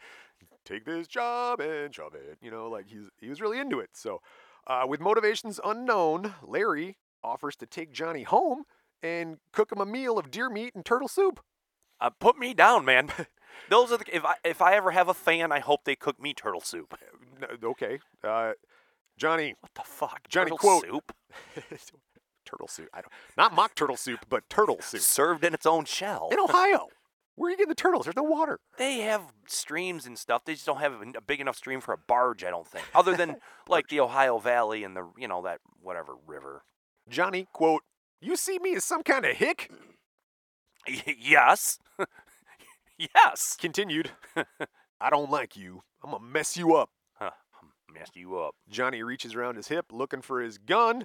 S1: take this job and shove it. You know, like he's he was really into it. So, uh, with motivations unknown, Larry offers to take Johnny home and cook him a meal of deer meat and turtle soup.
S2: Uh, put me down, man. Those are the if I if I ever have a fan, I hope they cook me turtle soup.
S1: N- Okay, uh, Johnny,
S2: What the fuck,
S1: Johnny
S2: turtle
S1: quote.
S2: soup
S1: turtle soup. I don't not mock turtle soup, but turtle soup
S2: served in its own shell.
S1: in Ohio. Where are you getting the turtles? There's no water.
S2: They have streams and stuff. They just don't have a big enough stream for a barge, I don't think. Other than like the Ohio Valley and the you know that whatever river.
S1: Johnny, quote, you see me as some kind of hick?
S2: yes. yes.
S1: Continued, I don't like you. I'm gonna mess you up.
S2: Huh, I messed you up.
S1: Johnny reaches around his hip looking for his gun,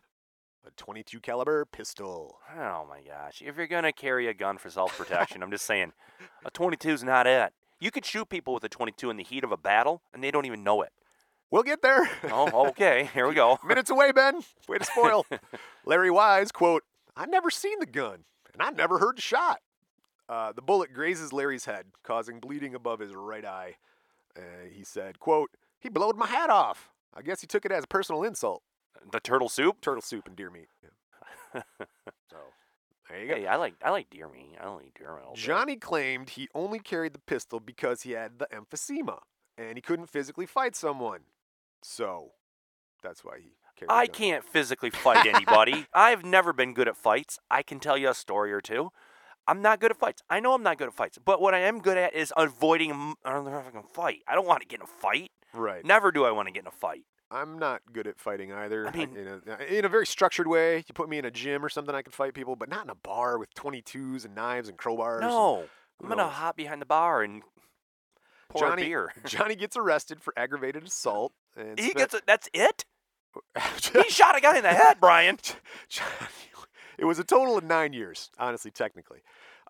S1: a 22 caliber pistol.
S2: Oh my gosh. If you're gonna carry a gun for self protection, I'm just saying a twenty two's not it. You could shoot people with a twenty two in the heat of a battle and they don't even know it.
S1: We'll get there.
S2: Oh, okay, here we go.
S1: Minutes away, Ben. Way to spoil. Larry Wise, quote, I never seen the gun, and I never heard the shot. Uh, the bullet grazes Larry's head, causing bleeding above his right eye. Uh, he said, quote, he blowed my hat off. I guess he took it as a personal insult.
S2: The turtle soup?
S1: turtle soup and deer meat. so there you go.
S2: Hey, I like I like deer meat. I don't like deer meat. all day.
S1: Johnny claimed he only carried the pistol because he had the emphysema and he couldn't physically fight someone. So that's why he carried.
S2: I
S1: the gun.
S2: can't physically fight anybody. I've never been good at fights. I can tell you a story or two. I'm not good at fights. I know I'm not good at fights, but what I am good at is avoiding. m- I don't know if I can fight. I don't want to get in a fight.
S1: Right.
S2: Never do I want to get in a fight.
S1: I'm not good at fighting either.
S2: I mean-
S1: in, a, in a very structured way, you put me in a gym or something, I could fight people, but not in a bar with 22s and knives and crowbars. and-
S2: No, I'm gonna
S1: knows?
S2: hop behind the bar and pour
S1: Johnny,
S2: a beer.
S1: Johnny gets arrested for aggravated assault. And
S2: He
S1: spent-
S2: gets a, that's it. He shot a guy in the head, Brian.
S1: Johnny, it was a total of nine years, honestly, technically.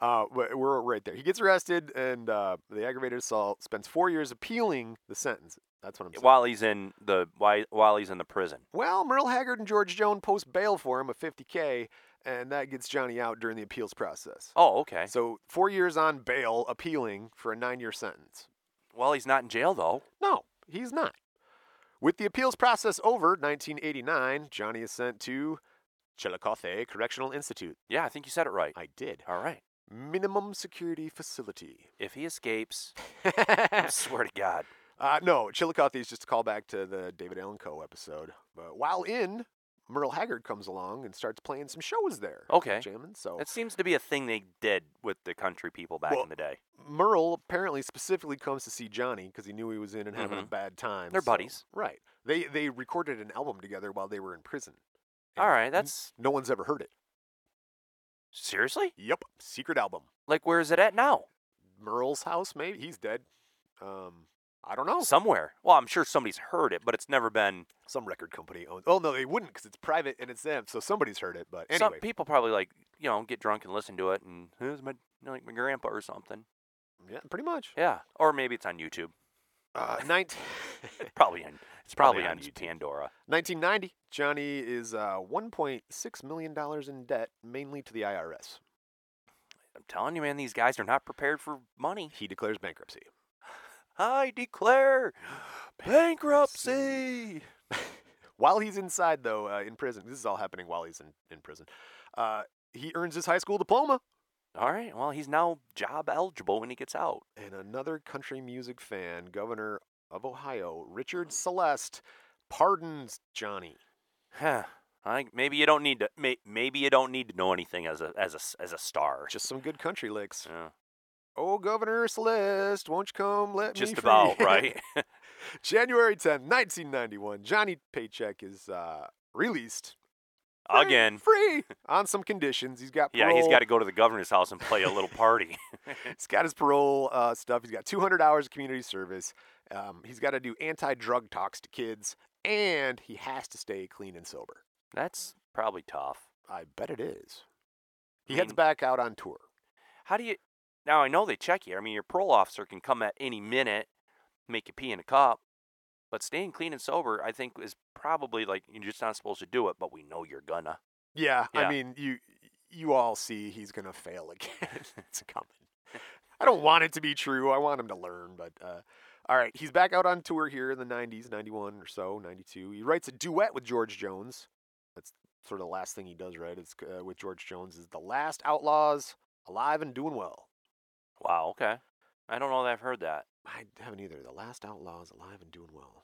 S1: Uh, we- we're right there. He gets arrested and uh, the aggravated assault. Spends four years appealing the sentence. That's what I'm saying. Well,
S2: While he's in the whi- while he's in the prison.
S1: Merle Haggard and George Joan post bail for him of 50k, and that gets Johnny out during the appeals process.
S2: Oh, okay.
S1: So four years on bail, appealing for a nine-year sentence.
S2: Well, he's not in jail though.
S1: No, he's not. With the appeals process over, 1989, Johnny is sent to Chillicothe Correctional Institute.
S2: Yeah, I think you said it right.
S1: I did.
S2: All right.
S1: minimum security facility.
S2: If he escapes, I
S1: uh,
S2: swear to God.
S1: no, Chillicothe is just a callback to the David Allen Co. episode. But while in, Merle Haggard comes along and starts playing some shows there.
S2: Okay.
S1: Jamming. So
S2: That seems to be a thing they did with the country people back
S1: Oh. Well,
S2: in the day.
S1: Merle apparently specifically comes to see Johnny because he knew he was in and having a
S2: Mhm.
S1: bad time.
S2: They're
S1: so-
S2: buddies.
S1: Right. They they recorded an album together while they were in prison.
S2: All
S1: And
S2: right,
S1: n-
S2: that's
S1: no one's ever heard it.
S2: seriously.
S1: Yep. Secret album.
S2: Like, where is it at now?
S1: Merle's house, maybe he's dead. Um, I don't know.
S2: Somewhere. Well, I'm sure somebody's heard it, but it's never been.
S1: some record company owns. Oh no, they wouldn't because it's private and it's them. So somebody's heard it. But
S2: Some
S1: anyway,
S2: people probably like you know get drunk and listen to it, and who's my like my grandpa or something.
S1: yeah, pretty much.
S2: Yeah, or maybe it's on YouTube.
S1: Uh, 19-
S2: Probably on. It's
S1: Probably
S2: probably,
S1: on
S2: on,
S1: YouTube.
S2: Pandora.
S1: 1990, Johnny is uh, 1.6 million dollars in debt, mainly to the IRS.
S2: I'm telling you, man, these guys are not prepared for money.
S1: He declares bankruptcy.
S2: I declare bankruptcy.
S1: While he's inside, though, uh, in prison, this is all happening while he's in, in prison. Uh, he earns his high school diploma.
S2: All right. Well, he's now job eligible when he gets out.
S1: And another country music fan, Governor of Ohio, Richard Celeste, pardons Johnny.
S2: Huh. I, maybe you don't need to. May, maybe you don't need to know anything as a as a s- as a star.
S1: Just some good country licks.
S2: Yeah.
S1: Oh, Governor Celeste, won't you come let me
S2: just
S1: free?
S2: about right.
S1: January 10, 1991, Johnny Paycheck is uh, released. Free-
S2: Again.
S1: Free on some conditions. He's got
S2: Yeah,
S1: parole.
S2: he's got to go to the governor's house and play a little party.
S1: he's got his parole uh, stuff. He's got 200 hours of community service. Um, he's got to do anti-drug talks to kids, and he has to stay clean and sober.
S2: That's probably tough.
S1: I bet it is. He
S2: I
S1: heads
S2: mean-
S1: back out on tour.
S2: How do you? Now I know they check you. I mean, your parole officer can come at any minute, make you pee in a cup. But staying clean and sober, I think, is probably like you're just not supposed to do it. But we know you're gonna.
S1: Yeah,
S2: Yeah.
S1: I mean, you you all see he's gonna fail again. it's coming. I don't want it to be true. I want him to learn, but uh, all right, he's back out on tour here in the '90s, '91 or so, '92. He writes a duet with George Jones. That's sort of the last thing he does, right? It's uh, with George Jones is the last Outlaws alive and doing well.
S2: Wow. Okay. I don't know that I've heard that.
S1: I haven't either. The last Outlaws alive and doing well.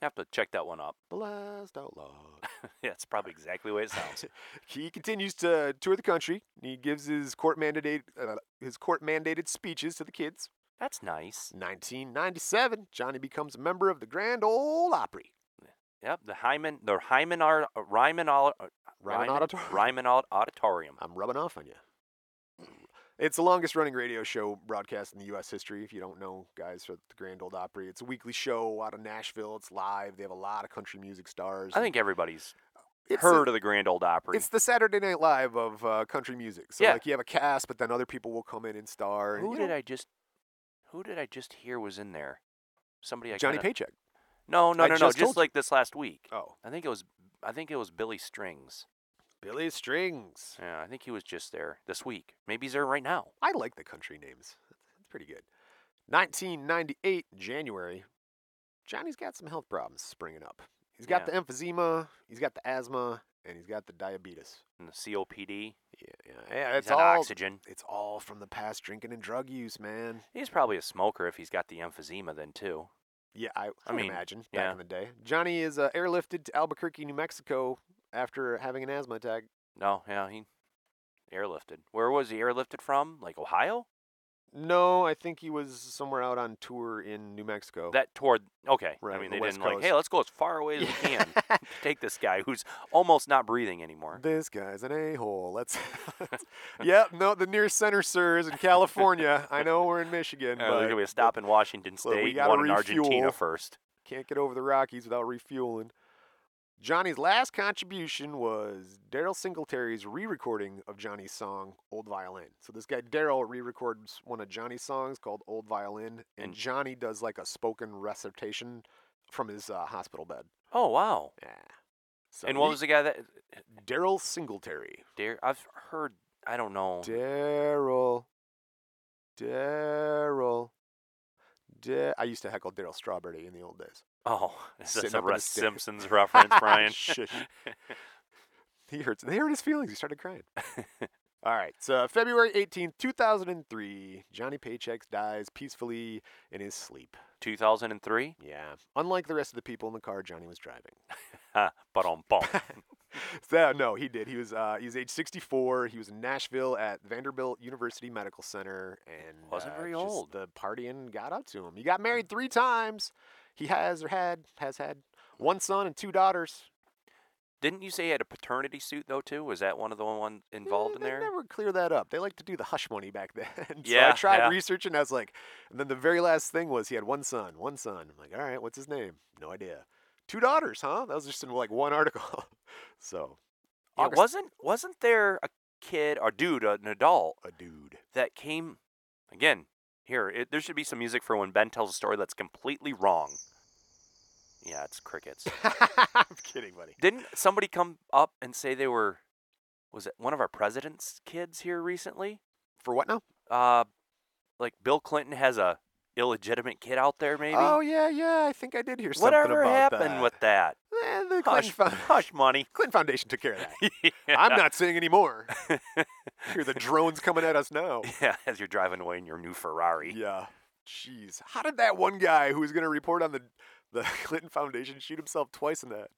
S2: I have to check that one up.
S1: The last Outlaws.
S2: That's probably exactly what it sounds.
S1: he continues to tour the country. He gives his court mandated uh, his court mandated speeches to the kids.
S2: That's nice.
S1: 1997, Johnny becomes a member of the Grand Ole Opry.
S2: Yep. The Hyman, the Hyman, Ar- uh, Ryman, Au- uh,
S1: Ryman Auditorium.
S2: Ryman Au- Auditorium.
S1: I'm rubbing off on you. It's the longest running radio show broadcast in the U.S. history. If you don't know, guys, for the Grand Ole Opry, it's a weekly show out of Nashville. It's live. They have a lot of country music stars.
S2: I think everybody's
S1: it's
S2: heard
S1: a-
S2: of the Grand Old Opry.
S1: It's the Saturday Night Live of uh, country music. So
S2: Yeah.
S1: like you have a cast, but then other people will come in and star. and,
S2: Who
S1: you
S2: did
S1: know,
S2: I just? Who did I just hear was in there? Somebody I
S1: Johnny
S2: kinda,
S1: Paycheck.
S2: No, no,
S1: I
S2: no, no.
S1: just
S2: Just,
S1: told you.
S2: like this last week.
S1: Oh,
S2: I think it was. I think it was Billy Strings.
S1: Billy Strings.
S2: Yeah, I think he was just there this week. Maybe he's there right now.
S1: I like the country names. It's pretty good. 1998, January. Johnny's got some health problems springing up. He's got
S2: Yeah.
S1: the emphysema, he's got the asthma, and he's got the diabetes.
S2: And the COPD.
S1: Yeah, yeah, yeah. It's
S2: he's on
S1: all
S2: oxygen.
S1: It's all from the past drinking and drug use, man.
S2: He's probably a smoker if he's got the emphysema then too.
S1: Yeah, I, I,
S2: I
S1: would
S2: mean,
S1: imagine back
S2: yeah.
S1: in the day. Johnny is uh, airlifted to Albuquerque, New Mexico after having an asthma attack.
S2: No, yeah, he airlifted. Where was he airlifted from? Like Ohio?
S1: No, I think he was somewhere out on tour in New Mexico.
S2: That toward okay. I
S1: Oh. Right,
S2: mean,
S1: the
S2: they
S1: West
S2: didn't like. Hey,
S1: Coast.
S2: let's go as far away as we can. Take this guy who's almost not breathing anymore.
S1: This guy's an a-hole. Let's. let's- yep. No, the nearest center, sir, is in California. I know we're in Michigan, but
S2: Uh, there's gonna be a stop in Washington
S1: look, we
S2: State, and
S1: gotta
S2: one in Argentina
S1: refuel.
S2: first.
S1: can't get over the Rockies without refueling. Johnny's last contribution was Daryl Singletary's re-recording of Johnny's song "Old Violin." So this guy Daryl re-records one of Johnny's songs called "Old Violin," and,
S2: And-
S1: Johnny does like a spoken recitation from his uh, hospital bed.
S2: Oh wow!
S1: Yeah. So
S2: and what was the guy that?
S1: Daryl Singletary?
S2: Dare I've heard. I don't know.
S1: Daryl. Daryl. Da- I used to heckle Daryl Strawberry in the old days.
S2: oh, is
S1: Sitting
S2: this a
S1: up in a
S2: Russ
S1: stair.
S2: Simpsons reference, Brian?
S1: Shit. He hurts. They hurt his feelings. He started crying. All right. So February 18th, 2003, Johnny Paychecks dies peacefully in his sleep.
S2: 2003.
S1: Yeah. Unlike the rest of the people in the car Johnny was driving.
S2: But on bum.
S1: So, no, he did. He was uh, he was age 64. He was in Nashville at Vanderbilt University Medical Center, and
S2: Wasn't
S1: uh,
S2: very
S1: just
S2: old. Mm.
S1: The partying got up to him. He got married three times. He has or had has had one son and two daughters.
S2: Didn't you say he had a paternity suit though too? Was that one of the one involved
S1: Eh,
S2: in
S1: they
S2: there?
S1: never clear that up. They like to do the hush money back then. so
S2: Yeah,
S1: I tried
S2: yeah.
S1: researching. I was like, and then the very last thing was he had one son, one son. I'm like, all right, what's his name? No idea. Two daughters, huh? That was just in like one article. so
S2: Yeah,
S1: August-
S2: wasn't wasn't there a kid or dude, an adult
S1: a dude.
S2: that came again here it, there should be some music for when ben tells a story that's completely wrong yeah it's crickets
S1: I'm kidding, buddy.
S2: didn't somebody come up and say they were was it one of our president's kids here recently
S1: For what now?
S2: uh like bill clinton has a illegitimate kid out there maybe
S1: Oh yeah, yeah. I think I did hear something
S2: whatever
S1: about
S2: happened
S1: that.
S2: with that
S1: Eh, the Clinton,
S2: hush,
S1: Found-
S2: hush money
S1: Clinton Foundation took care of that. I'm not saying anymore. hear the drones coming at us now.
S2: yeah as you're driving away in your new ferrari
S1: Yeah. Jeez. How did that one guy who was going to report on the the Clinton Foundation shoot himself twice in that?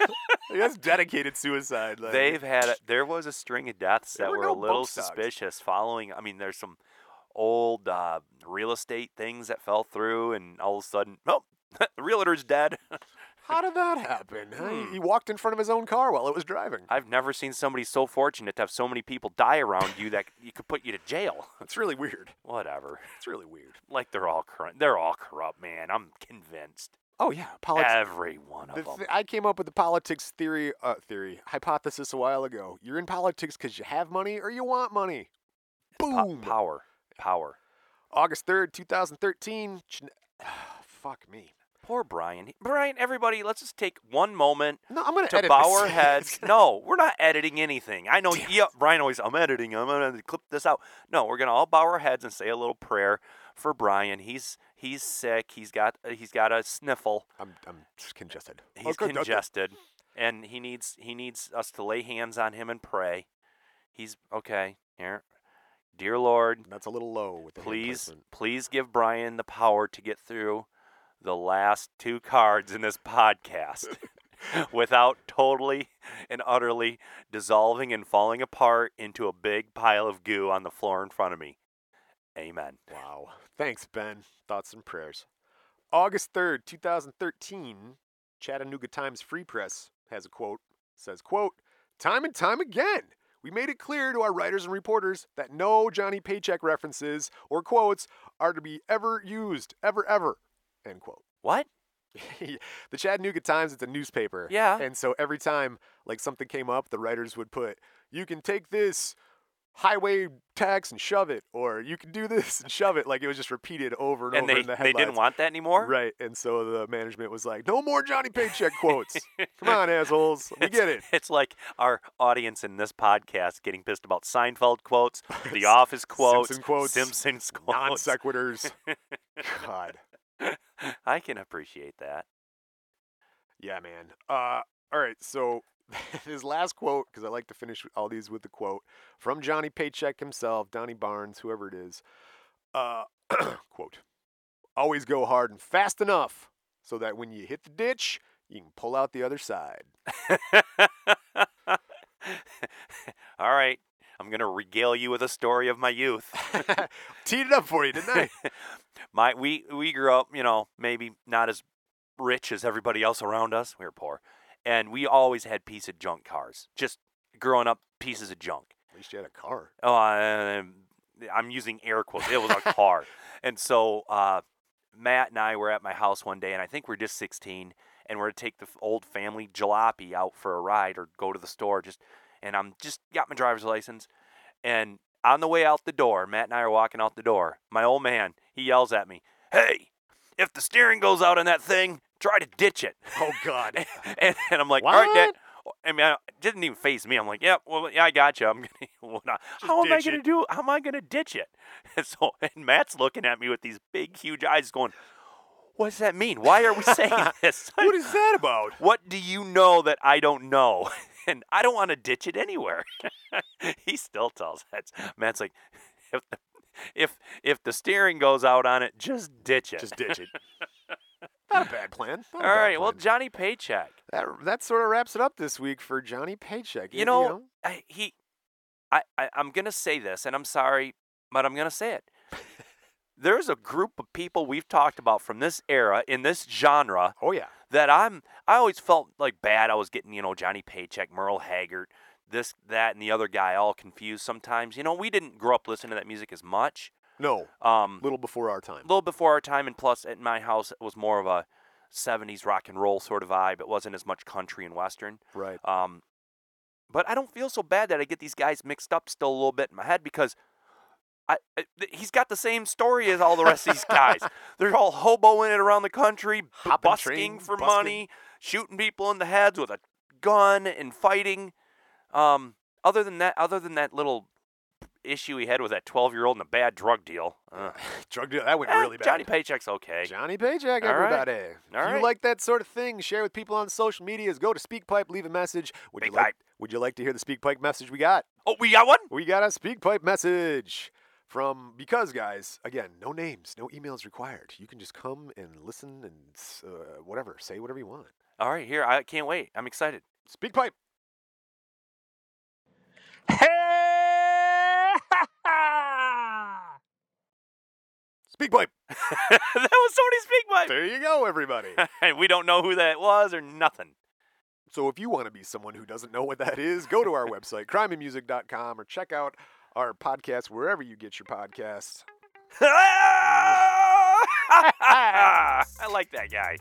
S1: Like, That's dedicated suicide. Like,
S2: They've had a, there was a string of deaths
S1: There
S2: that
S1: were
S2: were,
S1: no
S2: a little
S1: bump stocks.
S2: suspicious following. I mean, there's some old uh, real estate things that fell through, and all of a sudden, oh, the realtor's dead.
S1: How did that happen? huh? He-
S2: Hmm.
S1: He walked in front of his own car while it was driving.
S2: I've never seen somebody so fortunate to have so many people die around you that you could put you to jail.
S1: It's really weird.
S2: Whatever.
S1: It's really weird.
S2: Like they're all corrupt. They're all corrupt, man. I'm convinced.
S1: Oh yeah, politics.
S2: Every one of
S1: The
S2: them.
S1: th- I came up with the politics theory, uh, theory hypothesis a while ago. You're in politics because you have money or you want money.
S2: Po-
S1: Boom.
S2: power. Power.
S1: August 3rd, 2013. Ch- Fuck me.
S2: Poor Brian. He- Brian, everybody, let's just take one moment
S1: No, I'm going
S2: to
S1: edit
S2: bow
S1: this.
S2: our heads. No, we're not editing anything. I know yeah, Brian always, I'm editing. I'm going to clip this out. No, we're going to all bow our heads and say a little prayer for Brian. He's he's sick. He's got he's got a sniffle.
S1: I'm, I'm just congested.
S2: He's
S1: Okay, that's it.
S2: congested, and he needs he needs us to lay hands on him and pray. He's okay. Here, dear Lord,
S1: That's a little low with the hand
S2: please
S1: placement.
S2: please give Brian the power to get through the last two cards in this podcast without totally and utterly dissolving and falling apart into a big pile of goo on the floor in front of me. Amen.
S1: Wow. Thanks, Ben. Thoughts and prayers. August 3rd, 2013, Chattanooga Times Free Press has a quote. Says, quote, time and time again, we made it clear to our writers and reporters that no Johnny Paycheck references or quotes are to be ever used, ever, ever, end quote.
S2: What?
S1: the Chattanooga Times, it's a newspaper.
S2: Yeah.
S1: And so every time like something came up, the writers would put, "You can take this highway tax and shove it," or "You can do this and shove it." Like it was just repeated over and,
S2: And
S1: over
S2: they
S1: in the
S2: they
S1: headlines.
S2: didn't want that anymore.
S1: Right, and so the management was like, "No more Johnny Paycheck quotes. Come on, assholes, we get it."
S2: It's like our audience in this podcast getting pissed about Seinfeld quotes, The Office quotes,
S1: Simpson quotes,
S2: Simpsons
S1: Non
S2: quotes.
S1: sequiturs. God.
S2: I can appreciate that.
S1: Yeah, man. Uh, all right. So his last quote, because I like to finish all these with the quote from Johnny Paycheck himself, Donnie Barnes, whoever it is. Uh, quote: Always go hard and fast enough, so that when you hit the ditch, you can pull out the other side.
S2: All right, I'm gonna regale you with a story of my youth.
S1: Teed it up for you, didn't I?
S2: my we we grew up, you know, maybe not as rich as everybody else around us. We were poor, and we always had piece of junk cars. Just growing up, pieces of junk.
S1: At least you had a car.
S2: Oh, I, I'm using air quotes. It was a car. and so uh, Matt and I were at my house one day, and I think we're just 16, and we're to take the f- old family jalopy out for a ride or go to the store. Just and I'm just got my driver's license, and on the way out the door, Matt and I are walking out the door. My old man, he yells at me, "Hey, if the steering goes out on that thing, try to ditch it."
S1: Oh God.
S2: and, and I'm like, all right, Dad. Oh,
S1: What?
S2: I mean, I it didn't even phase me. I'm like, yeah, well, yeah, I got you. I'm gonna. well, not- how am I
S1: ditch
S2: gonna
S1: it.
S2: do? How am I gonna ditch it? And so, and Matt's looking at me with these big, huge eyes, going, "What does that mean? Why are we saying this?
S1: what is that about?
S2: what do you know that I don't know?" And I don't want to ditch it anywhere. he still tells that Matt's like, if the, if if the steering goes out on it, just ditch it.
S1: Just ditch it. Not a bad plan. Not a
S2: All
S1: bad
S2: right. Well,
S1: plan.
S2: Johnny Paycheck.
S1: that that sort of wraps it up this week for Johnny Paycheck.
S2: You know, I, he, I, I, I'm gonna say this, and I'm sorry, but I'm gonna say it. There's a group of people we've talked about from this era in this genre
S1: Oh yeah.
S2: that I'm. I always felt like bad. I was getting you know Johnny Paycheck, Merle Haggard, this, that, and the other guy all confused sometimes. You know, we didn't grow up listening to that music as much.
S1: No.
S2: Um,
S1: little before our time.
S2: a little before our time, and plus at my house it was more of a 70s rock and roll sort of vibe. It wasn't as much country and western.
S1: Right.
S2: Um, but I don't feel so bad that I get these guys mixed up still a little bit in my head because I, I th- he's got the same story as all the rest of these guys. They're all hoboing it around the country, b-
S1: Hopping
S2: busking
S1: trains,
S2: for
S1: busking.
S2: money, shooting people in the heads with a gun and fighting. Um, other than that, other than that little issue he had with that 12 year old and a bad drug deal, uh,
S1: Drug deal. That went
S2: eh,
S1: really bad.
S2: Johnny Paycheck's okay.
S1: Johnny Paycheck,
S2: All right.
S1: everybody. if
S2: All
S1: you
S2: right.
S1: like that sort of thing, share with people on social medias. Go to SpeakPipe, leave a message. Would you
S2: Big
S1: like?
S2: pipe.
S1: Would you like to hear the SpeakPipe message we got?
S2: Oh, we got one?
S1: We got a SpeakPipe message from because guys, again, no names, no emails required. You can just come and listen and s- uh, whatever, say whatever you want.
S2: All right, here. I can't wait. I'm excited.
S1: SpeakPipe. SpeakPipe.
S2: that was somebody's big mic.
S1: There you go, everybody.
S2: and we don't know who that was or nothing.
S1: So if you want to be someone who doesn't know what that is, go to our website, crimeandmusic.com, or check out our podcast wherever you get your podcasts.
S2: I like that guy.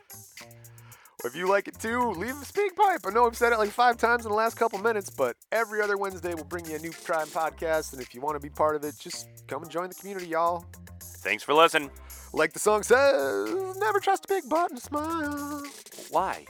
S1: If you like it too, leave a speak pipe. I know I've said it like five times in the last couple minutes, but every other Wednesday we'll bring you a new crime podcast. And if you want to be part of it, just come and join the community, y'all.
S2: Thanks for listening.
S1: Like the song says, never trust a big button to smile.
S2: Why?